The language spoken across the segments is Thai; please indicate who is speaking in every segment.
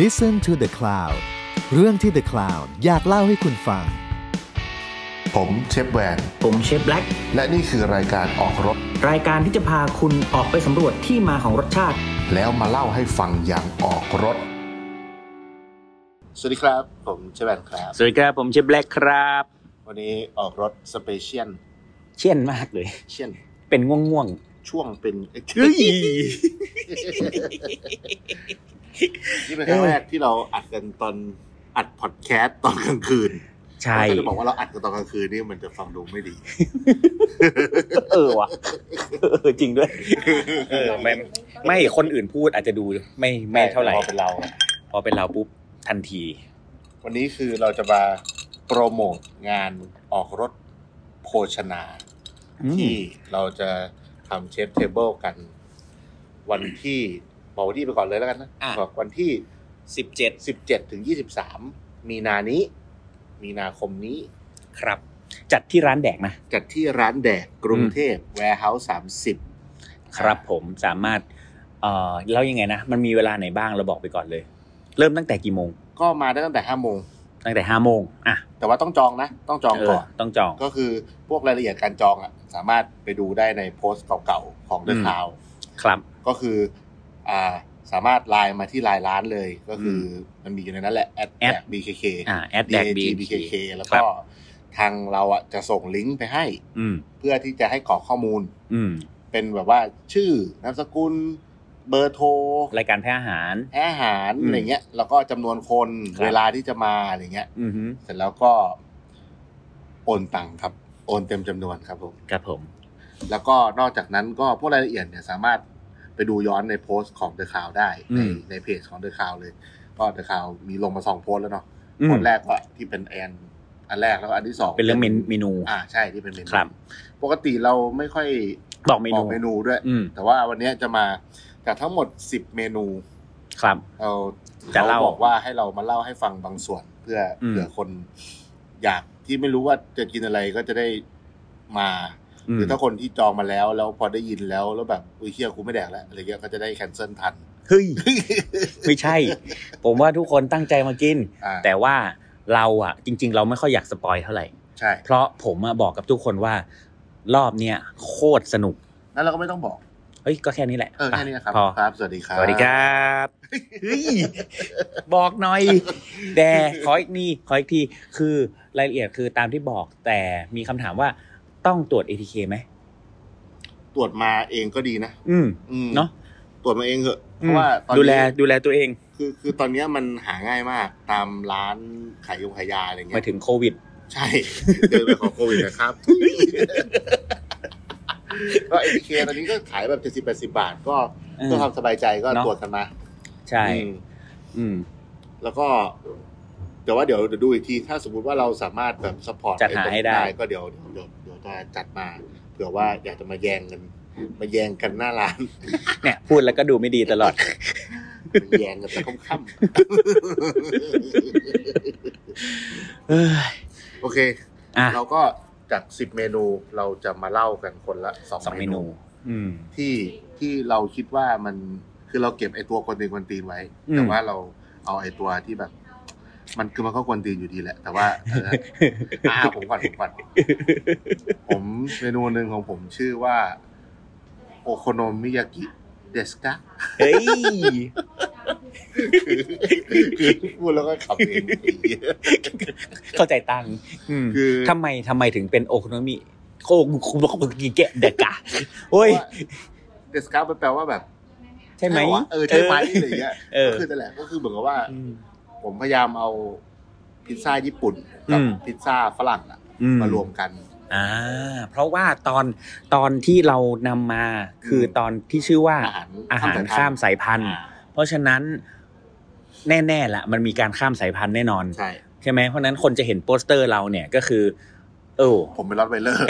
Speaker 1: Listen to the Cloud เรื่องที่ The Cloud อยากเล่าให้คุณฟัง
Speaker 2: ผมเชฟแวน
Speaker 3: ผมเชฟแบล็ก
Speaker 2: และนี่คือรายการออกรถ
Speaker 3: รายการที่จะพาคุณออกไปสำรวจที่มาของรสชาติ
Speaker 2: แล้วมาเล่าให้ฟังอย่างออกรถ
Speaker 4: สวัสดีครับ ผมเชฟแบนครับ
Speaker 3: สวัสดีครับ ผมเชฟแบล็กครับ
Speaker 4: วันนี้ออกรถสเปเชียล
Speaker 3: เชี่ยนมากเลย
Speaker 4: เช่น
Speaker 3: เป็นง่วง
Speaker 4: ช่วงเป็น
Speaker 3: ๆเฮ้ย
Speaker 4: นี่เป็นครั้งแรกที่เราอัดกันตอนอัดพอดแคสต์ตอนกลางคืน
Speaker 3: ใช่
Speaker 4: ก็จะบอกว่าเราอัดกันตอนกลางคืนนี่มันจะฟังดูไม่ดี
Speaker 3: เออว่ะเออจริงด้วย เออไม่ไม่คนอื่นพูดอาจจะดูไม่ไม่เท่าไหร่
Speaker 4: พอเป็นเรา
Speaker 3: พอเป็นเราปุ๊บทันที
Speaker 4: วันนี้คือเราจะมาโปรโมทงานออกรถโภชนา ที่เราจะทำเชฟเทเบิลกัน วันที่บอกวันที่ไปก่อนเลยแล้วกันนะ
Speaker 3: อ่ะ
Speaker 4: บอกวันที่
Speaker 3: สิบเจ็ด
Speaker 4: สิบเจ็ดถึงยี่สิบสามมีนานี้ มีนาคมนี้
Speaker 3: ครับ จัดที่ร้านแดกนะ
Speaker 4: จัดที่ร้านแดกกรุงเทพ Warehouse สามสิบ
Speaker 3: ครับผมสามารถ เอ่อเล่ายังไงนะ มันมีเวลาไหนบ้างเราบอกไปก่อนเลย เริ่มตั้งแต่กี่โมง
Speaker 4: ก็มาได้ตั้งแต่ห้าโมง
Speaker 3: ตั้งแต่ห้าโมงอ่ะ
Speaker 4: แต่ว่าต้องจองนะ ต้องจองก่อน
Speaker 3: เต้องจอง
Speaker 4: ก็คือพวกรายละเอียดการจองอ่ะ สามารถไปดูได้ในโพสต์เก่าๆ ของเด
Speaker 3: อื
Speaker 4: อะ
Speaker 3: ม
Speaker 4: คาว
Speaker 3: ครับ
Speaker 4: ก็คืออ่าสามารถไลน์มาที่ไลน์ร้านเลย ก็คืออมันมีอยู่ในนั้นแหละแอดแด
Speaker 3: แอด
Speaker 4: ก BKK
Speaker 3: อ่าแอดแดก
Speaker 4: DAT
Speaker 3: บี
Speaker 4: BKK แล้ว
Speaker 3: ครั
Speaker 4: ก็
Speaker 3: บ
Speaker 4: ทางเราอ่ะจะส่งลิงก์ไปให้
Speaker 3: อืม
Speaker 4: เพื่อที่จะให้กรอกข้อมูล
Speaker 3: อืม
Speaker 4: เป็นแบบว่าชื่อนามสกุลเบอร์โทร
Speaker 3: รายการแพ้อาหาร
Speaker 4: แพ้อาหาร
Speaker 3: อืม
Speaker 4: อะไรเงี้ย แล้วก็จำนวนคน
Speaker 3: ครับ
Speaker 4: เวลาที่จะมาอะไรเงี้ย
Speaker 3: อือฮึ
Speaker 4: เสร็จแล้วก็ โอนตังค์ครับ โอนเต็มจำนวนครับผม
Speaker 3: ครับผม
Speaker 4: แล้วก็นอกจากนั้นก็พวกรายละเอียดเนี่ยสามารถไปดูย้อนในโพสต์ของ The Cloud ได้
Speaker 3: อื
Speaker 4: ใน
Speaker 3: ม
Speaker 4: ในเพจของ The Cloud เลย ก็ The Cloud มีลงมาสองโพสต์แล้วเนาะ
Speaker 3: อื
Speaker 4: โพส
Speaker 3: ม
Speaker 4: ต์แรกก็ที่เป็นแอนอันแรกแล้วก็อันที่สอง
Speaker 3: เป็นเรื่องเมนเมนู
Speaker 4: อ่าใช่ที่เป็นเมนู
Speaker 3: ครับ
Speaker 4: ปกติเราไม่ค่อย
Speaker 3: บอกเม
Speaker 4: บ
Speaker 3: นู
Speaker 4: อกเมนูด้วย
Speaker 3: อืม
Speaker 4: แต่ว่าวันเนี้ยจะมาจากทั้งหมด 10 เมนู
Speaker 3: ครับ
Speaker 4: เรา
Speaker 3: จะเล่า
Speaker 4: ขบอกว่าให้เรามาเล่าให้ฟังบางส่วน เพื่อ
Speaker 3: อืม
Speaker 4: เผื่อคนอยากที่ไม่รู้ว่าจะกินอะไรก็จะได้มา
Speaker 3: อื
Speaker 4: ห
Speaker 3: ม
Speaker 4: รือถ้าคนที่จองมาแล้ว แล้วพอได้ยินแล้วแล้วแบบอุ้ยเฮียกูไม่แดกแล้วอะไรเงี้ยก็จะได้แคนเซิลทัน
Speaker 3: เฮ้ย ไม่ใช่ ผมว่าทุกคนตั้งใจมากิน
Speaker 4: อ่า
Speaker 3: แต่ว่าเราอ่ะ จริง ๆ เราไม่ค่อยอยากสปอยเท่าไหร่
Speaker 4: ใช่
Speaker 3: เพราะผมอะบอกกับทุกคนว่า รอบเนี้ยโคตรสนุก
Speaker 4: นั้นเราก็ไม่ต้องบอก
Speaker 3: เฮ้ย ก็แค่นี้แหละ
Speaker 4: เออแค่นี้นะครับ
Speaker 3: พอ
Speaker 4: ครับ สวัสดีครับ
Speaker 3: สวัสดีครับเฮ้ยบอกหน่อย แต่ขออีกนี่ขออีกที คือรายละเอียดคือตามที่บอก แต่มีคำถามว่าต้องตรวจ ATK ไหม
Speaker 4: ตรวจมาเองก็ดีนะ
Speaker 3: อืม
Speaker 4: อืม
Speaker 3: เนอะ
Speaker 4: ตรวจมาเองเถอะเพ
Speaker 3: อืม
Speaker 4: ราะว่าตอนนี้
Speaker 3: ดูแลดูแลตัวเอง
Speaker 4: คือคือตอนเนี้ยมันหาง่ายมากตามร้านขายยงขายยาอะไร
Speaker 3: หมา
Speaker 4: เงี้
Speaker 3: ย
Speaker 4: ย
Speaker 3: ถึงโควิด
Speaker 4: ใช่ เดินไปขอโควิด นะครับก็เอทีเคตอนนี้ก็ขายแบบเจ็ดสิบแปดสิบาท ก็
Speaker 3: เออ
Speaker 4: เพื่อความสบายใจก็
Speaker 3: เนอะ
Speaker 4: ตรวจกันมา
Speaker 3: ใช่
Speaker 4: อืม
Speaker 3: อืม
Speaker 4: แล้วก็ แต่ว่าเดี๋ยวเดี๋ยวดูอีกที ถ้าสมมุติว่าเราสามารถแบบสปอร์ต
Speaker 3: จัดหาให้ได้
Speaker 4: ก็เดี๋ยวเดี๋ยวเดี๋ยวจะจัดมาเผื่อว่าอยากจะมาแย่งกันมาแย่งกันหน้าร้าน
Speaker 3: เนี่ย พูดแล้วก็ดูไม่ดีตลอด
Speaker 4: มาแย่งกันแต่ค่ำ
Speaker 3: เอ้ย
Speaker 4: ๆโอเค
Speaker 3: อ่ะ
Speaker 4: เราก็จากสิบเมนูเราจะมาเล่ากันคนละสอง
Speaker 3: สองเมนู อืม
Speaker 4: ที่ที่เราคิดว่ามันคือเราเก็บไอตัวกวนตีนกวนตีนไว้
Speaker 3: อืม
Speaker 4: แต่ว่าเราเอาไอตัวที่แบบ มันคือมันก็กวนตีนอยู่ดีแหละ แต่ว่าเอออ่าผมก่อนผมก่อนผมเมนูหนึ่งของผมชื่อว่าโอโคโนมิยากิเดสกะ
Speaker 3: เฮ้ย
Speaker 4: คือพูดแล้วก็ขับเอง
Speaker 3: เข้าใจตังค์อืม
Speaker 4: คือ
Speaker 3: ทำไมทำไมถึงเป็นโอคุโนมิโอ้คุณบอกว่ากี่แกะเด็กอะโอ้ย
Speaker 4: เดสกะมันแปลว่าแบบ
Speaker 3: ใช่ไหม
Speaker 4: วะเออใช่ไหมอะไรอย่างเงี้ย
Speaker 3: เออ
Speaker 4: ก็คือนั่นแหละก็คือเหมือนกับว่า
Speaker 3: อืม
Speaker 4: ผมพยายามเอาพิซซ่าญี่ปุ่นกั
Speaker 3: อืม
Speaker 4: พิซซ่าฝรั่งอะ
Speaker 3: อื
Speaker 4: มารวมกัน
Speaker 3: อ่า เพราะว่าตอนตอนที่เรานำมาคืออ
Speaker 4: ม
Speaker 3: ตอนที่ชื่อว่า
Speaker 4: อาหาร
Speaker 3: อาหารข้ามสายพันธุ์
Speaker 4: อ่า
Speaker 3: เพราะฉะนั้นแน่ๆละมันมีการข้ามสายพันธุ์แน่นอน
Speaker 4: ใช่
Speaker 3: ใช่ไหมเพราะฉะนั้นคนจะเห็นโปสเตอร์เราเนี่ยก็คือ เออ
Speaker 4: ผมเป็นรอดไว เลอร์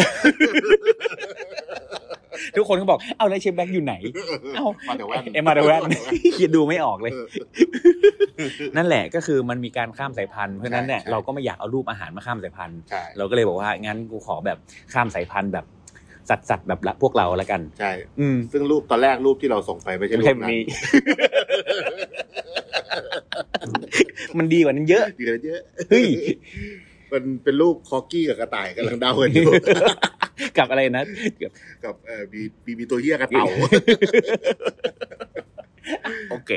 Speaker 3: ทุกคนก็บอกเอาแล้วเชฟแบ็กอยู่ไหน เอ้า
Speaker 4: มาแต่ว่น
Speaker 3: เอ็มมาร์แวน คิดดูไม่ออกเลย
Speaker 4: เออ
Speaker 3: นั่นแหละก็คือมันมีการข้ามสายพันธุ์เพราะฉะนั้นเนี่ย
Speaker 4: ใช่
Speaker 3: เราก็ไม่อยากเอารูปอาหารมาข้ามสายพันธุ์
Speaker 4: ใช่
Speaker 3: เราก็เลยบอกว่างั้นกูขอแบบข้ามสายพันธุ์แบบสัตว์สัตว์แบบละพวกเราละกัน
Speaker 4: ใช่
Speaker 3: อืม
Speaker 4: ซึ่งรูปตอนแรกรูปที่เราส่งไปไม่ใช่รูปนั้น
Speaker 3: มันดีกว่านั้นเยอะ
Speaker 4: ดีกันเยอะ
Speaker 3: เฮ้ย
Speaker 4: มันเป็นลูกคอกกี้กับกระต่ายกำลังเดากันอยู่
Speaker 3: กับอะไรนะกับ
Speaker 4: กับเอ่อมีมีมีตัวเหี้ยกระเต่า
Speaker 3: โอเค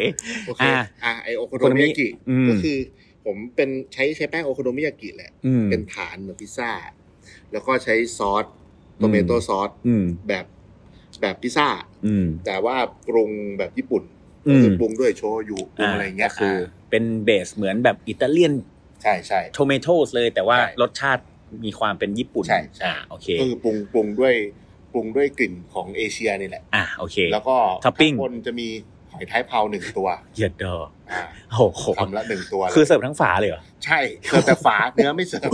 Speaker 4: โอเค
Speaker 3: อ่า
Speaker 4: อ่ะไอโอโคโดมิยากิ
Speaker 3: อืม
Speaker 4: ก็คือ ผมเป็นใช้ใช้แป้งโอโคโดมิยากิแหละ
Speaker 3: อืม
Speaker 4: เป็นฐานเหมือนพิซซ่า แล้วก็ใช้ซอสโตเมโต้
Speaker 3: อืม
Speaker 4: ซอส
Speaker 3: อืม
Speaker 4: แบบแบบพิซซ่า
Speaker 3: อืม
Speaker 4: แต่ว่าปรุงแบบญี่ปุ่น
Speaker 3: อื
Speaker 4: ก็
Speaker 3: ม
Speaker 4: คือปรุงด้วยโชยุปรุงอะไรเงี้ย
Speaker 3: ก็คือเป็นเบสเหมือนแบบอิตาเลียน
Speaker 4: ใช่ใช่
Speaker 3: โทเมโตสเลยแต่ว่า
Speaker 4: ใช่
Speaker 3: รสชาติมีความเป็นญี่ปุ่น
Speaker 4: ใช่ใช่
Speaker 3: อ่าโอเค
Speaker 4: ก็คือปรุงปรุงด้วยปรุงด้วยกลิ่นของเอเชียนี่แหละ
Speaker 3: อ่าโอเค
Speaker 4: แล้วก็
Speaker 3: ท็อปปิ้ง
Speaker 4: ข้างบนจะมีหอยท้ายเผาหนึ่งตัว
Speaker 3: เหยียดดอ
Speaker 4: อ่า
Speaker 3: โอ้โห
Speaker 4: คำละหนึ่งตัวเลย
Speaker 3: คือเสิร์ฟทั้งฝาเลยเหรอ
Speaker 4: ใช่เสิร์ฟแต่ฝาเนื้อไม่เสิร์ฟ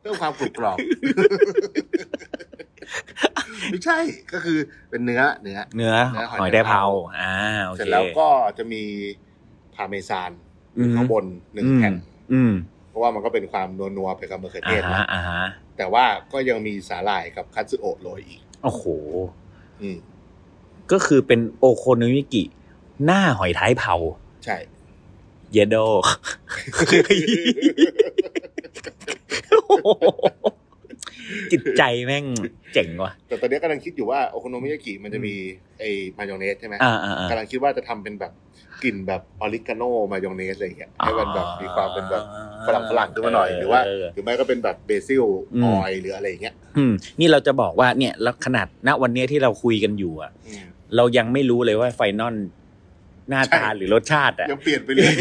Speaker 4: เพิ่มความกรุบกรอบไม่ใช่ก็คือเป็นเนื้อเนื้อ
Speaker 3: เนื้อ
Speaker 4: เนื้อหอย
Speaker 3: หอยได้เผา
Speaker 4: ได้เผา
Speaker 3: อ่าโอเค
Speaker 4: เสร็จแล้วก็จะมีพาร์เมซาน
Speaker 3: อืม
Speaker 4: ข้างบนหนึ่งแผ่น
Speaker 3: อืม
Speaker 4: เพราะว่ามันก็เป็นความนัวๆไปกับมะเขือเท
Speaker 3: อ่า
Speaker 4: ศนะ
Speaker 3: ฮะอ่าฮะ
Speaker 4: แต่ว่าก็ยังมีสาหร่ายกับคัตสึโอะโรยอีก
Speaker 3: โอ้โห
Speaker 4: อืม
Speaker 3: ก็คือเป็นโอโคโนมิกิ หน้าหอยท้ายเผา
Speaker 4: ใช่
Speaker 3: เยดโด จิตใจแม่งเจ๋งว่ะ
Speaker 4: แต่ตอนนี้กำลังคิดอยู่ว่าโอโคโนมิยากิมันจะมีไอ้มายองเนสใช่ไหม
Speaker 3: อ่าอ่าอ่าก
Speaker 4: ำลังคิดว่าจะทำเป็นแบบกลิ่นแบบออริกาโนมายองเนสอะไรอย่างเงี้ยให้มันแบบมีความเป็นแบบฝรั่งฝรั่งๆขึ้นมาหน่อยหรือว่า
Speaker 3: เ
Speaker 4: หรือไม่ก็เป็นแบบเบซิล
Speaker 3: อืม
Speaker 4: ออยหรืออะไรอย่างเงี้ย
Speaker 3: อืมนี่เราจะบอกว่าเนี่ยแล้วขนาดณวันเนี้ยที่เราคุยกันอยู่อะ
Speaker 4: อืม
Speaker 3: เรายังไม่รู้เลยว่าไฟนอลหน้าตาหรือรสชาติอะ
Speaker 4: ยังเปลี่ยนไป เลย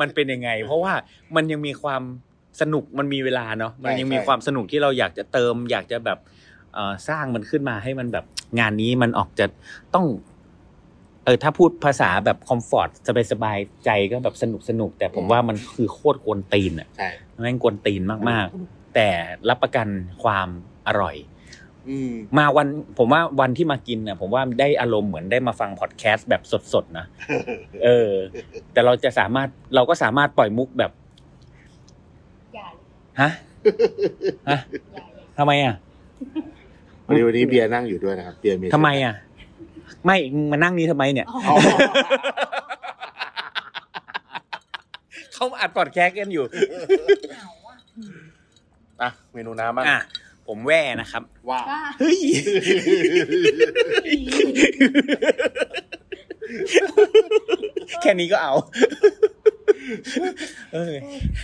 Speaker 3: มันเป็นยังไง เพราะว่ามันยังมีความสนุกมันมีเวลาเนาะมันยังมีความสนุกที่เราอยากจะเติม อยากจะแบบเอ่อสร้างมันขึ้นมาให้มันแบบงานนี้มันออกจะต้อง เออถ้าพูดภาษาแบบคอมฟอร์ตสบายสบายๆใจก็แบบสนุกสนุก แต่ผมว่ามันคือโคตรกวนตีนอะ
Speaker 4: ใช่
Speaker 3: แม่งกวนตีนมากๆ แต่รับประกันความอร่อย
Speaker 4: อืม
Speaker 3: มาวันผมว่าวันที่มากินนะผมว่าได้อารมณ์เหมือนได้มาฟังพอดแคสต์แบบสดๆนะเออ แต่เราจะสามารถเราก็สามารถปล่อยมุกแบบ
Speaker 5: อย่า
Speaker 3: ฮะฮะ
Speaker 5: อย่าอย่า
Speaker 3: ทำไมอ่ะ
Speaker 4: วันนี้วันนี้เบียร์นั่งอยู่ด้วยนะครับเบียร์เมจิ
Speaker 3: ทำไมอ่ะ ไม่มึงมานั่งนี้ทำไมเนี่ย
Speaker 5: อ๋
Speaker 4: อ๋อ
Speaker 5: อ
Speaker 3: เขาอัดพอดแคสต์กันอยู่
Speaker 5: เหงาอ่ะ
Speaker 4: อ่ะเมนูน้ำบ้าง
Speaker 3: อ่ะผมแว่นะครับ
Speaker 4: ว่า
Speaker 5: ว่า
Speaker 3: เฮ้ย แค่นี้ก็เอาเออ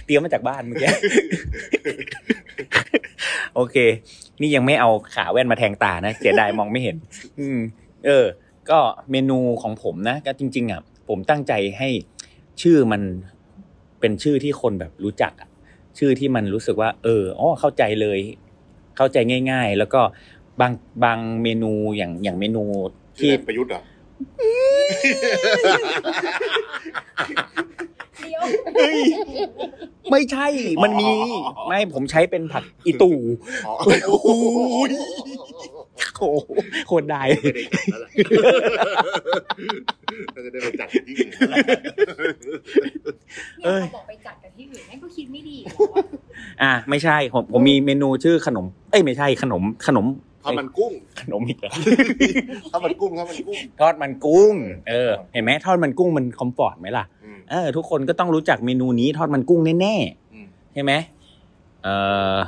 Speaker 3: เตรียมมาจากบ้านเมื่อกี้ โอเค นี่ยังไม่เอาขาแว่นมาแทงตานะเสียดายมองไม่เห็น อืม เออ ก็เมนูของผมนะ ก็จริง ๆ อ่ะ ผมตั้งใจให้ชื่อมันเป็นชื่อที่คนแบบรู้จักอ่ะ ชื่อที่มันรู้สึกว่า เอออ๋อเข้าใจเลย เข้าใจง่าย ๆ แล้วก็บางบางเมนูอย่างอย่างเมนู
Speaker 4: ที่
Speaker 3: ที่
Speaker 4: ประยุทธ์เหรอ
Speaker 5: เดี๋ยว
Speaker 3: เฮ้ย ไม่ใช่ มันมี ไม่ผมใช้เป็นผักอีตู่
Speaker 4: อ๋อ
Speaker 3: โอ้โห โอ้โหโคตรได้
Speaker 4: ไม่ได้จัดแล้วล่ะ เราจะได้ไปจัดที่อื่นแล้วล่ะ
Speaker 5: เนี่ยเราบอกไปจัดกันที่อื่นแม่งก็คิดไม่ดีอีกแล้วอะ
Speaker 3: อ่ะไม่ใช่ผมผมมีเมนูชื่อขนม เอ้ยไม่ใช่ขนมขนม
Speaker 4: ข้าวมันกุ้ง
Speaker 3: ขนมอีกแล้ว
Speaker 4: ข้าวมันกุ้งข้าวมันกุ้ง
Speaker 3: ทอดมันกุ้ง เออ เห็นไหมทอดมันกุ้งมันคอมฟอร์ตไหมล่ะ
Speaker 4: อืม
Speaker 3: เออ ทุกคนก็ต้องรู้จักเมนูนี้ทอดมันกุ้งแน่
Speaker 4: อืม
Speaker 3: ๆใช่ไหมเอ่อ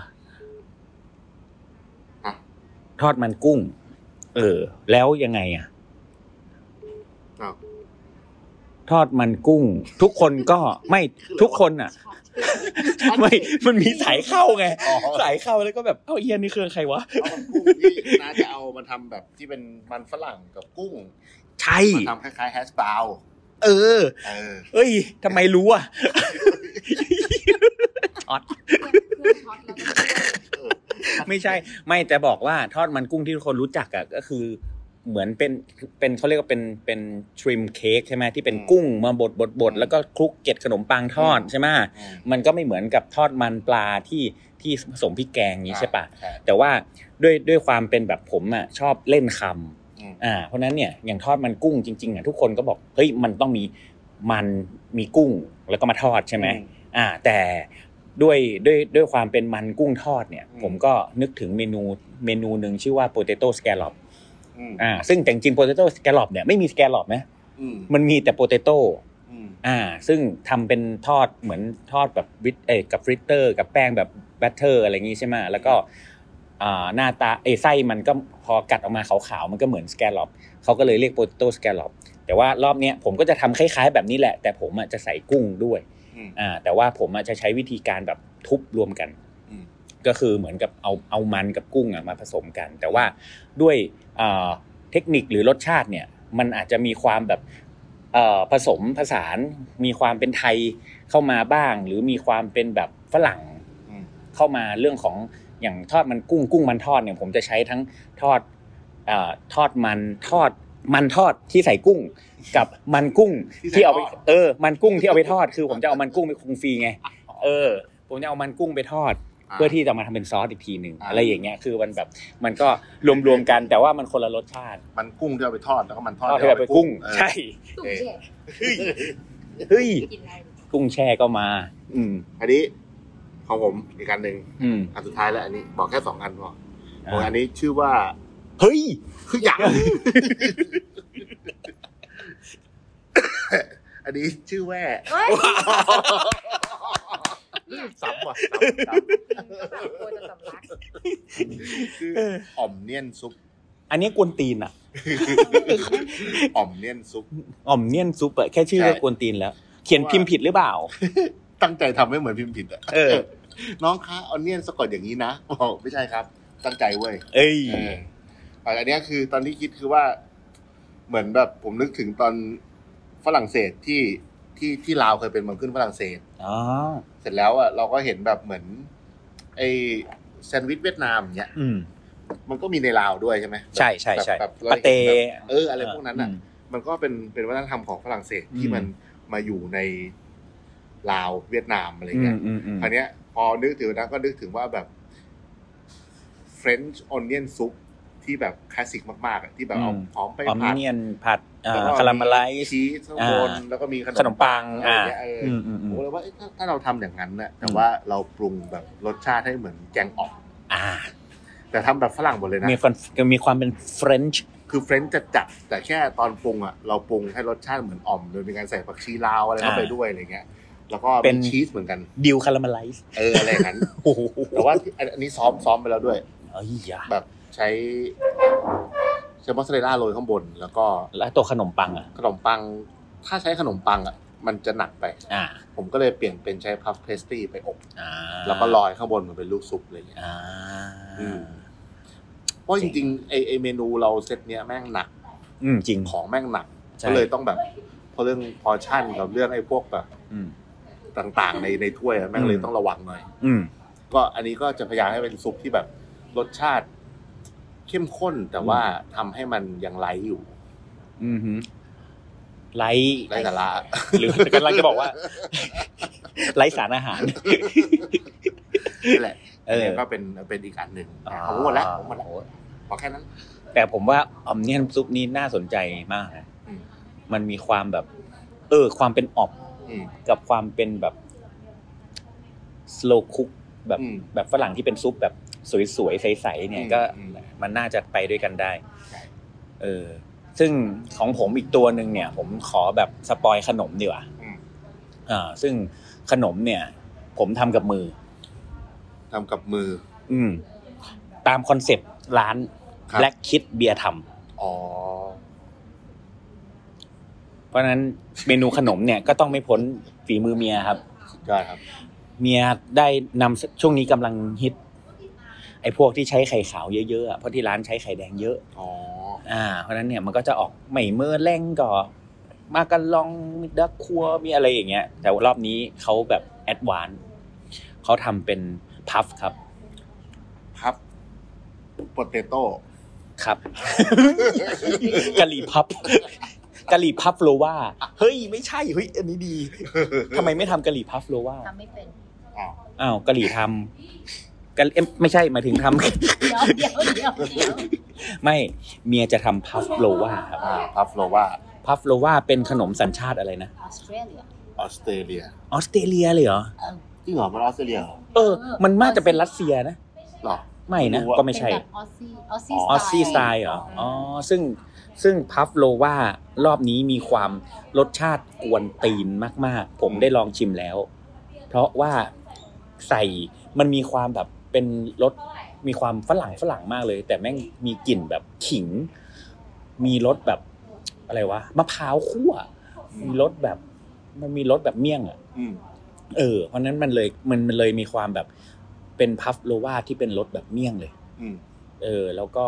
Speaker 4: อ่ะ
Speaker 3: ทอดมันกุ้ง เออ แล้วยังไงอ่ะ
Speaker 4: อ้าว
Speaker 3: ทอดมันกุ้ง ทุกคนก็ไม่ทุกคนอ่ะ
Speaker 5: ช็อต
Speaker 3: ไม่ มันมีสายเข้าไง สายเข้าแล้วก็แบบ เอ้าเอียนี่เครือใครวะ
Speaker 4: ข้าวมันกุ้งที่น้าจะเอามาทำแบบที่เป็นมันฝรั่งกับกุ้ง
Speaker 3: ใช่
Speaker 4: มาทำคล้ายๆแฮชบราวน์
Speaker 3: เออ
Speaker 4: เออ
Speaker 3: เอ้ยทำไมรู้อ่ะ ช็อต
Speaker 5: เพื่อนช็อตแล้วก็
Speaker 4: เออ
Speaker 3: ไม่ใช่ ไม่แต่บอกว่าทอดมันกุ้งที่ทุกคนรู้จักอ่ะก็คือ เหมือนเป็น เป็นเขาเรียกว่าเป็น เป็นทริมเค้กใช่ไหมที่เป็นกุ้งมาบดบดบดแล้วก็คลุกเกล็ดขนมปังทอดใช่ไหม
Speaker 4: อืม
Speaker 3: มันก็ไม่เหมือนกับทอดมันปลาที่ที่ผสมพริกแกงอย่างนี้ใช่ปะ
Speaker 4: ใช่
Speaker 3: แต่ว่าด้วยด้วยความเป็นแบบผมอ่ะชอบเล่นคำ
Speaker 4: อืม
Speaker 3: อ่าเพราะฉะนั้นเนี่ยอย่างทอดมันกุ้งจริงๆอ่ะทุกคนก็บอกเฮ้ยมันต้องมีมันมีกุ้งแล้วก็มาทอดใช่ไหมอ่า แต่ด้วยด้วยด้วยความเป็นมันกุ้งทอดเนี่ย ผมก็นึกถึงเมนูเมนูหนึ่งชื่อว่า potato scallop
Speaker 4: อืม
Speaker 3: อ่าซึ่งแต่จริงๆ potato scallop เนี่ยไม่มี scallop นะ
Speaker 4: อืม
Speaker 3: มันมีแต่โปเตโต้
Speaker 4: อืม
Speaker 3: อ่า ซึ่งทำเป็นทอดเหมือนทอดแบบวิตเอยกับฟริตเตอร์ กับแป้งแบบแบตเตอร์อะไรอย่างงี้ใช่ไหมแล้วก็อ่าหน้าตาเอยไส้มันก็พอกัดออกมาขาวๆมันก็เหมือนสแกลลอปเขาก็เลยเรียกโปเตโต้สแกลลอปแต่ว่ารอบเนี้ยผมก็จะทำคล้ายๆ แบบนี้แหละ แต่ผมอ่ะจะใส่กุ้งด้วย
Speaker 4: อืม
Speaker 3: อ่าแต่ว่าผมอะจะใช้วิธีการแบบทุบรวมกัน
Speaker 4: อืม
Speaker 3: ก็คือเหมือนกับเอาเอามันกับกุ้งอะมาผสมกัน แต่ว่าด้วยเอ่อเทคนิคหรือรสชาติเนี่ยมันอาจจะมีความแบบเอ่อผสมผสาน มีความเป็นไทยเข้ามาบ้าง หรือมีความเป็นแบบฝรั่ง
Speaker 4: อืม
Speaker 3: เข้ามาเรื่องของอย่างทอดมันกุ้งกุ้งมันทอดเนี่ยผมจะใช้ทั้งทอดเอ่อทอดมันทอดมันทอดที่ใส่กุ้ง กับมันกุ้ง
Speaker 4: ที่
Speaker 3: ที่
Speaker 4: ใส่
Speaker 3: เอาไป
Speaker 4: ทอด
Speaker 3: เออมันกุ้งที่เอาไปทอด คือผมจะเอามันกุ้งไปคุงฟรีไง เออ ผมจะเอามันกุ้งไปทอด เพื่อที่จะมาทำเป็นซอสอีกทีหนึ่ง
Speaker 4: อ่า
Speaker 3: อะไรอย่างเงี้ยคือมันแบบมันก็รวมๆกันแต่ว่ามันคนละรสชาติ
Speaker 4: มันกุ้งที่เอาไปทอดแล้วก็มันทอด
Speaker 3: ทอดแบบไปกุ้ง
Speaker 4: เออ
Speaker 3: ใช่
Speaker 5: ตุ่มเจ็ด
Speaker 3: เฮ้ย
Speaker 5: กินอะไร
Speaker 3: กุ้งแช่ก็มา อืม
Speaker 4: อันนี้ของผมอีกอันหนึ่ง
Speaker 3: อืม
Speaker 4: อันสุดท้ายแล้วอันนี้บอกแค่สองอันพออของ
Speaker 3: อ่า
Speaker 4: อันนี้ชื่อว่า
Speaker 3: เฮ้ย
Speaker 4: คืออย่าง อันนี้ชื่อแว่
Speaker 5: เฮ้ยเนี่ย
Speaker 4: ซับว่ะซับ
Speaker 5: กินแล้วแบบกลัวจะสำลัก
Speaker 4: คืออ่อมเนียนซุป
Speaker 3: อันนี้กวนตีนอ่ะ
Speaker 4: อ่อมเนียนซุป
Speaker 3: อ่อมเนียนซุปอะแค่ชื่อก็
Speaker 4: ใช่
Speaker 3: กวนตีนแล้ว เขียนพิมพ์ผิดหรือเปล่า
Speaker 4: ตั้งใจทำให้เหมือนพิมพ์ผิดอะ
Speaker 3: เออ
Speaker 4: น้องคะออนเนียนสะกดอย่างนี้นะบอกไม่ใช่ครับ ตั้งใจเว้ย
Speaker 3: เอ้ย
Speaker 4: เออแต่อันเนี้ยคือตอนที่คิดคือว่าเหมือนแบบผมนึกถึงตอนฝรั่งเศสที่ที่ที่ลาวเคยเป็นเมืองขึ้นฝรั่งเศส
Speaker 3: อ๋อ
Speaker 4: เสร็จแล้วอ่ะเราก็เห็นแบบเหมือนไอแซนด์วิชเวียดนามเนี้ย
Speaker 3: อืม
Speaker 4: มันก็มีในลาวด้วยใช่ไหม
Speaker 3: ใช่ใช่ใช่
Speaker 4: แบบแบบ
Speaker 3: ปาเต้
Speaker 4: เอออะไรพวกนั้นอ่ะ มันก็เป็นเป็นวัฒนธรรมของฝรั่งเศสที่
Speaker 3: อืม
Speaker 4: มันมาอยู่ในลาวเวียดนามอะไร
Speaker 3: อืม
Speaker 4: เงี้ย
Speaker 3: อืมอืม
Speaker 4: อันเนี้ยพอนึกถึงนะก็นึกถึงว่าแบบ French Onion Soup ที่แบบคลาสสิกมากๆอะที่แบบเอาหอมไป
Speaker 3: ออม
Speaker 4: ผัด
Speaker 3: เนียนผัดอ่า
Speaker 4: แล้วก็
Speaker 3: คาราเมลไลซ์
Speaker 4: ชีสข้างบน
Speaker 3: อ่า
Speaker 4: แล้วก็มี
Speaker 3: ขนมปัง
Speaker 4: อะไร
Speaker 3: อ่า
Speaker 4: เงี้ยเออ
Speaker 3: อืม
Speaker 4: อ
Speaker 3: อืม
Speaker 4: ผ
Speaker 3: อื
Speaker 4: ม
Speaker 3: ม
Speaker 4: เลยว่าเอ้ยถ้าถ้าเราทำอย่างนั้นน่ะแต่
Speaker 3: อืม
Speaker 4: ว่าเราปรุงแบบรสชาติให้เหมือนแกงอ่อม
Speaker 3: อ่า
Speaker 4: แต่ทำแบบฝรั่งหมดเลยนะ
Speaker 3: มีความมีความเป็น French
Speaker 4: คือเฟรนช์จัดๆแต่แค่ตอนปรุงอ่ะเราปรุงให้รสชาติเหมือนอ่อมโดยมีการใส่ผักชีลาวอะไรเข้าไป
Speaker 3: อ่า
Speaker 4: ด้วยอะไรเงี้ย แล้วก็
Speaker 3: เป็
Speaker 4: เป็น นชีสเหมือนกัน
Speaker 3: ดิวคาราเมลไลซ์
Speaker 4: เอออะไรอย่างนั้นแต่ว่าที่อันนี้ซ้อมซ้อมไปแล้วด้วย
Speaker 3: เอ้ยอย่า
Speaker 4: แบบใช้ใช้มอสซาเรลล่าโรยข้างบน แล้วก็
Speaker 3: แล้วตัวขนมปังอ่ะ
Speaker 4: ขนมปัง ถ้าใช้ขนมปังอ่ะมันจะหนักไป
Speaker 3: อ่า
Speaker 4: ผมก็เลยเปลี่ยนเป็นใช้พัฟเพสตี้ไปอบ
Speaker 3: อ่า
Speaker 4: แล้วก็ลอยข้างบนเหมันเป็นลูกซุปอะไรอย่างเงี้ย
Speaker 3: อ่า
Speaker 4: อืม เพราะจ
Speaker 3: จริ
Speaker 4: ริ
Speaker 3: ง
Speaker 4: งๆไอไอเมนูเราเซตเนี้ยแม่งหนัก
Speaker 3: อืมจริง
Speaker 4: ของแม่งหนัก
Speaker 3: ใช่
Speaker 4: ก็เลยต้องแบบเพราะเรื่องพอชั่นกับเรื่องไอ้พวกแบบ
Speaker 3: อืม
Speaker 4: ต่างๆ ในในถ้วยอะแม่งเลย
Speaker 3: อืม
Speaker 4: ต้องระวังหน่อย
Speaker 3: อืม
Speaker 4: ก็อันนี้ก็จะพยายามให้เป็นซุปที่แบบรสชาติเข้มข้นแต่ว่าทำให้มันยังไลท์อยู่
Speaker 3: อืมฮึไลท์
Speaker 4: ไร้สาระ
Speaker 3: หรือกำลังจะบอก ว่า ไลท์สารอาหาร
Speaker 4: นั่นแหละ
Speaker 3: เออ
Speaker 4: เนี่ยก็เป็นเป็นอีกอันหนึ่งขอาหมดแล้วผมหมดแล้ว
Speaker 3: โอ้โ
Speaker 4: พอแค่นั้น
Speaker 3: แต่ผมว่าออมเนียนซุปนี้น่าสนใจมากนะ
Speaker 4: อืม
Speaker 3: มันมีความแบบ เออ ความเป็นออม
Speaker 4: อืม
Speaker 3: กับความเป็นแบบสโลคุกแบบ
Speaker 4: อืม
Speaker 3: แบบฝรั่งที่เป็นซุปแบบสวยๆ ใสๆเนี่ย
Speaker 4: อืม
Speaker 3: ก็
Speaker 4: อืม
Speaker 3: มันน่าจะไปด้วยกันได้ เออ ซึ่งของผมอีกตัวหนึ่งเนี่ย ผมขอแบบสปอยขนมดีกว่า
Speaker 4: อืม
Speaker 3: อ่าซึ่งขนมเนี่ย ผมทำกับมือ
Speaker 4: ทำกับมือ
Speaker 3: อืม ตามคอนเซปต์ร้าน
Speaker 4: ครับ
Speaker 3: และคิดเบียร์ทำ
Speaker 4: อ๋อ
Speaker 3: เพราะฉะนั้นเมนูขนมเนี่ยก็ต้องไม่พ้นฝีมือเมียครับ
Speaker 4: สุดยอดครับ
Speaker 3: เมียได้นำช่วงนี้กำลังฮิต ไอ้พวกที่ใช้ไข่ขาวเยอะๆอะเพราะที่ร้านใช้ไข่แดงเยอะ
Speaker 4: อ๋อ
Speaker 3: อ่า เพราะฉะนั้นเนี่ยมันก็จะออกไม่เมื่อแรงก่อมากันลองมิดักครัวมีอะไรอย่างเงี้ย แต่ว่ารอบนี้เขาแบบแอดวานซ์เขาทำเป็นพัฟครับ
Speaker 4: พับโปเตโต้
Speaker 3: ครับ กะหรี่พับกะหรี่พับโลว่าเฮ้ยไม่ใช่เฮ้ยอันนี้ดีทำไมไม่ทำกะหรี่พับโลว่า
Speaker 5: ทำไม่เป็น
Speaker 4: อ้าว
Speaker 3: อ้าวกะหรี่ทำกะหรี่เอ้ยไม่ใช่หมายถึงท
Speaker 5: เดี๋ยวเดี๋ยวเดี๋ยวเดี๋ยว
Speaker 3: ำ ไม่เมียจะทำพัฟโลวาครับ
Speaker 4: อ่าพับโลว่า
Speaker 3: พัฟโลวาเป็นขนมสัญชาติอะไรนะ
Speaker 5: ออสเตรเลีย
Speaker 4: ออสเตรเลีย
Speaker 3: ออสเตรเลียเลยเหรอ
Speaker 4: จริงเหรอมันออสเตรเลียเหรอ
Speaker 3: เออ มันน่าจะเป็นรัสเซียนะ
Speaker 4: หรอ
Speaker 3: ไม่นะ
Speaker 4: ไม่รู้อะ
Speaker 3: ก็ไม่ใช่
Speaker 5: เป็นแบบออสซี่ออสซี่
Speaker 3: ออสซี่สไตล์เหรอ อ๋อ ซึ่ง ซึ่งพัฟโลว่ารอบนี้มีความรสชาติกวนตีนมาก ๆ ผมได้ลองชิมแล้ว เพราะว่าใส่มันมีความแบบเป็นรสมีความฝรั่งฝรั่งมากเลย แต่แม่งมีกลิ่นแบบขิง มีรสแบบอะไรวะมะพร้าวคั่ว มีรสแบบมันมีรสแบบเมี่ยงอะ
Speaker 4: อืม
Speaker 3: เออเพราะฉะนั้นมันเลยมันมันเลยมีความแบบเป็นพัฟโลวาที่เป็นรสแบบเมี่ยงเลย
Speaker 4: อืม
Speaker 3: เออ แล้วก็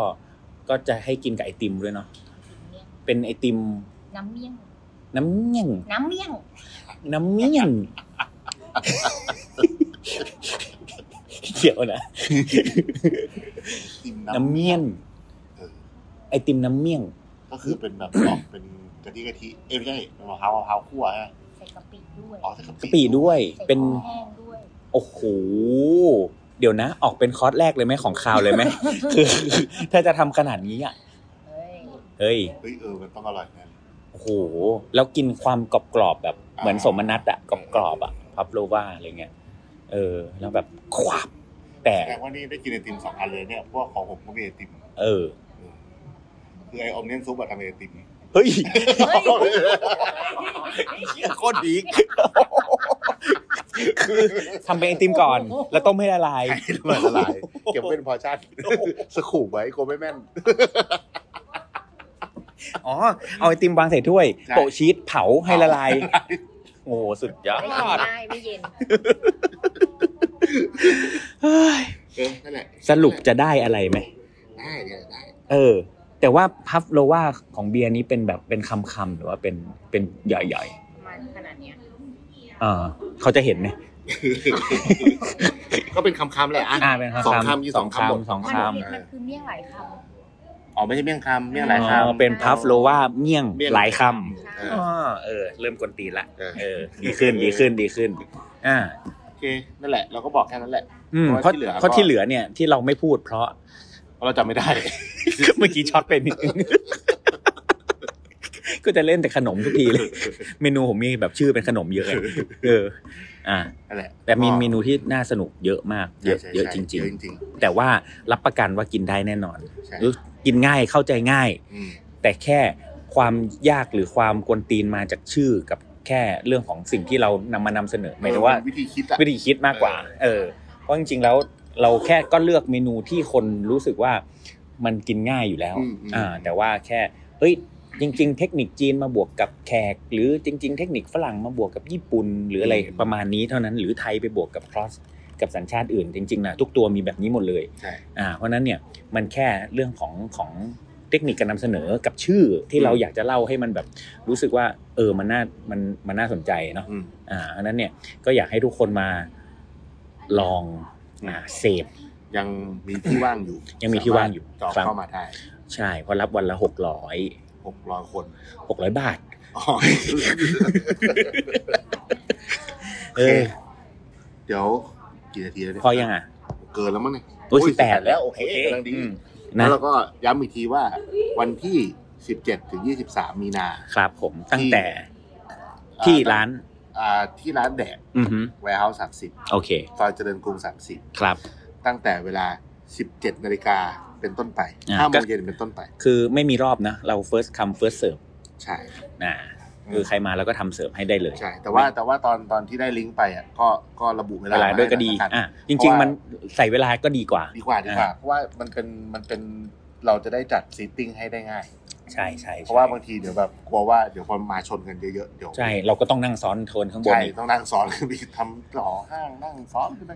Speaker 3: ก็จะให้กินกับไอติมด้วยเนาะเป็นไอติม
Speaker 5: น้ำเมี่ยง
Speaker 3: น้ำเมี่ยง
Speaker 5: น้ำเมี่ยง
Speaker 3: น้ำเมี่ยง เดี๋ยวนะ
Speaker 4: ติม
Speaker 3: น้ำเมี่ยง
Speaker 4: เออ
Speaker 3: ไอติมน้ำเมี่ยง
Speaker 4: ก็คือเป็นแบบออกเป็นกะทิกะทิเอ้ยไม่ใช่เป็นมะพร้าวมะพร้าวคั่วฮะ
Speaker 5: ใส่กะปิด้วย
Speaker 4: อ๋อใส่กะ
Speaker 3: กะปิด้วย
Speaker 5: ใส่
Speaker 3: เป็น
Speaker 5: ของแห้งด้วย
Speaker 3: โอ้โห เดี๋ยวนะ ออกเป็นคอร์สแรกเลยไหมของคาวเลยไหม คือ ถ้าจะทำขนาดนี้อ่ะ
Speaker 5: เฮ้ย
Speaker 3: เฮ้ย
Speaker 4: เฮ้ยเออมันต้องอร่อยแน่เลย
Speaker 3: โอ้โห แล้วกินความกรอบกรอบๆแบบ
Speaker 4: อ่า
Speaker 3: เหมือนสมนัตอะกรอบกรอบๆอะพับโลว่าอะไรเงี้ย เออ แล้วแบบขวับแต่
Speaker 4: แสดงว่านี่ได้กินไอติมสองอันเลยเนี่ยเพราะวกของผมก็มีไอติม
Speaker 3: เออ
Speaker 4: เออคือไอออมเนียนซุปอะทำไอติม
Speaker 3: เฮ้ย
Speaker 5: เฮ้ย
Speaker 3: โคตรดีคือทำเป็นไอติมก่อน แล้วต้มให้ละลาย
Speaker 4: ไอ้ละลายเก็บเป็นพอชั่นสกูปไว้กลัวไม่แม่น
Speaker 3: อ๋อ เอาไอติมวางใส่ถ้วย
Speaker 4: ใช่
Speaker 3: โปะชีสเผาให้ละลาย โอ้โหสุดยอ
Speaker 5: ไม่กิ
Speaker 3: ด
Speaker 5: นได้ไม่เย็น
Speaker 3: เฮ้ย
Speaker 4: เออนั่นแหละ
Speaker 3: สรุปจะได้อะไรไหม
Speaker 4: ได้เนี่ยได้
Speaker 3: เออ แต่ว่าพัฟโลว่าของเบียร์นี้เป็นแบบเป็นคำๆหรือว่าเป็นเป็นใหญ่ๆ
Speaker 5: มันขนาดเนี้ย
Speaker 3: อ่าเขาจะเห็นไหม
Speaker 4: ก็เป็นคำคำๆแหละอ่ะ
Speaker 3: อ่าเป็น
Speaker 4: สองคำกี่สองคำหมด
Speaker 3: สอง
Speaker 5: มัน
Speaker 3: คำ
Speaker 5: มันคือเมี่ยงหลายค
Speaker 4: อ๋อไม่ใช่เมี่ยงคำเมี่ยงหลาย
Speaker 3: อ๋อ
Speaker 4: คำ
Speaker 3: เป็นพัฟโลว่าเมี่ยง
Speaker 4: เมี่ยง
Speaker 3: หลายค
Speaker 5: ำใช่
Speaker 4: เออ
Speaker 3: ำอ๋อเออ เริ่มกวนตีนละ
Speaker 4: เออ
Speaker 3: เออ ดีขึ้นดีขึ้นดีขึ้น อ่า
Speaker 4: โอเคนั่นแหละเราก็บอกแค่นั้นแหละ
Speaker 3: อืม
Speaker 4: เพ
Speaker 3: เพ
Speaker 4: ราะ
Speaker 3: ราะ
Speaker 4: ที่เหลือก็
Speaker 3: เพราะที่เหลือเนี่ยที่เราไม่พูดเพ ราะ
Speaker 4: เพราะเราจำไม่ได้
Speaker 3: เมื่อกี้ช็อตไปนิดนึง ก็จะเล่นแต่ขนมทุกทีเลย เมนูผมมีแบบชื่อเป็นขนมเยอะอะเออ อ่า
Speaker 4: นั่นแหละ
Speaker 3: แต่มีเมนูที่น่าสนุกเยอะมากเยอะ
Speaker 4: ใช่ใช่
Speaker 3: เยอะจริง
Speaker 4: เยอะจริง
Speaker 3: ๆ แต่ว่ารับประกันว่ากินได้แน่นอน
Speaker 4: ๆใช่
Speaker 3: รู้กินง่ายเข้าใจง่าย
Speaker 4: อืม
Speaker 3: แต่แค่ความยากหรือความกวนตีนมาจากชื่อกับแค่เรื่องของสิ่งที่เรานำมานำเสนอหมายถึงว่า
Speaker 4: วิธีคิดอะ
Speaker 3: วิธีคิดมากกว่า เออ เพราะจริงๆแล้วเราแค่ก็เลือกเมนูที่คนรู้สึกว่ามันกินง่ายอยู่แล้ว
Speaker 4: อืมม
Speaker 3: อ่า แต่ว่าแค่เฮ้ยจริง ๆ เทคนิคจีนมาบวกกับแขก หรือจริง ๆ เทคนิคฝรั่งมาบวกกับญี่ปุ่นหรืออะไรประมาณนี้เท่านั้นหรือไทยไปบวกกับครอสกับสัญชาติอื่น จริงๆนะทุกตัวมีแบบนี้หมดเลย
Speaker 4: ใช่
Speaker 3: อ่าเพราะฉะนั้นเนี่ยมันแค่เรื่องของของเทคนิคการนำเสนอกับชื่อที่
Speaker 4: อืม
Speaker 3: เราอยากจะเล่าให้มันแบบรู้สึกว่า เออมันน่ามันมันน่าสนใจเนาะ
Speaker 4: อืม
Speaker 3: อ่าเพราะฉะนั้นเนี่ยก็อยากให้ทุกคนมาลอง
Speaker 4: อืม
Speaker 3: อ่าเสพ
Speaker 4: ยังมีที่ว่างอยู่
Speaker 3: ยังมีที่ว่างอยู่
Speaker 4: สมรถจอง
Speaker 3: ครับ
Speaker 4: เข้ามาได้
Speaker 3: ใช่เพราะรับวันละหกร้อย
Speaker 4: หกร้อยคน
Speaker 3: หกร้อยบาท
Speaker 4: อ๋อ
Speaker 3: เออ
Speaker 4: เดี๋ยวกี่นาทีแล้วเนี่ย
Speaker 3: พอยังอ่ะ
Speaker 4: เกินแล้วมั้งเนี่ย
Speaker 3: โอ้ยสิบแปด
Speaker 4: 18
Speaker 3: แล้ว
Speaker 4: โอเคกำลังดี
Speaker 3: อืม
Speaker 4: แล้
Speaker 3: นะ
Speaker 4: วเราก็ย้ำอีกทีว่าวันที่ 17 ถึง 23 มีนา
Speaker 3: ครับผมตั้ง
Speaker 4: ที่
Speaker 3: แต่ที่ร้าน
Speaker 4: อ่าที่ร้านแดด
Speaker 3: อือฮึ
Speaker 4: แวร์เฮาส์
Speaker 3: โอเค
Speaker 4: 30ซอยเจริญกรุง
Speaker 3: ครับ
Speaker 4: 30 ตั้งแต่เวลา 17 นาฬิกาเป็นต้นไป
Speaker 3: อ่า
Speaker 4: 5โม
Speaker 3: ก็
Speaker 4: งเย็นเป็นต้นไป
Speaker 3: คือไม่มีรอบนะ เรา first come first serve
Speaker 4: ใช่
Speaker 3: นะคือใครมาแล้วก็ทำเสิร์ฟให้ได้เลย
Speaker 4: ใช่ แต่ว่าแต่ว่าตอนตอนที่ได้ลิงก์ไปอ่ะก็ก็ระบุเว
Speaker 3: เว
Speaker 4: ลา
Speaker 3: ลาด้วยก็ดี
Speaker 4: มให้หน่อละน
Speaker 3: อ่ะ จ
Speaker 4: เพ
Speaker 3: ริง
Speaker 4: ราะว่ามั
Speaker 3: ๆมันใส่เวลาก็ดีกว่า
Speaker 4: ดีกว่าดีกว่า เพราะว่ามันเป็นมันเป็นเราจะได้จัดซีตติ้งให้ได้ง่าย
Speaker 3: ใช่ใช่
Speaker 4: เพราะว่าบางทีเดี๋ยวแบบกลัวว่าเดี๋ยวคนมาชนกันเยอะๆเดี๋ยว
Speaker 3: ใช่ เราก็ต้องนั่งซ้อนโทนข้างบน
Speaker 4: ใช่
Speaker 3: อีก
Speaker 4: ต้องนั่งซ้อนขึ้นไป ทำต่อห้างนั่งซ้อนขึ้นไป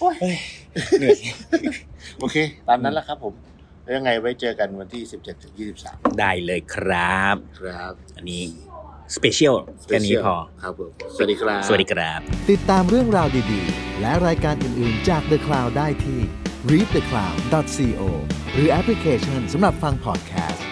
Speaker 3: เฮ้ยเหนื่อย
Speaker 4: โอเค ตามนั้นแหละครับผมแล้วยังไงไว้เจอกันวันที่ 17ถึง23
Speaker 3: ได้เลยครับ
Speaker 4: ครับ
Speaker 3: อันนี้ สเปเชียลแค่นี้พอ
Speaker 4: ครับผมสวัสดีครับ
Speaker 3: สวัสดีครับ
Speaker 1: ติดตามเรื่องราวดีๆ และรายการอื่น ๆ จาก The Cloud ได้ที่ readthecloud.co หรือแอปพลิเคชันสำหรับฟัง podcast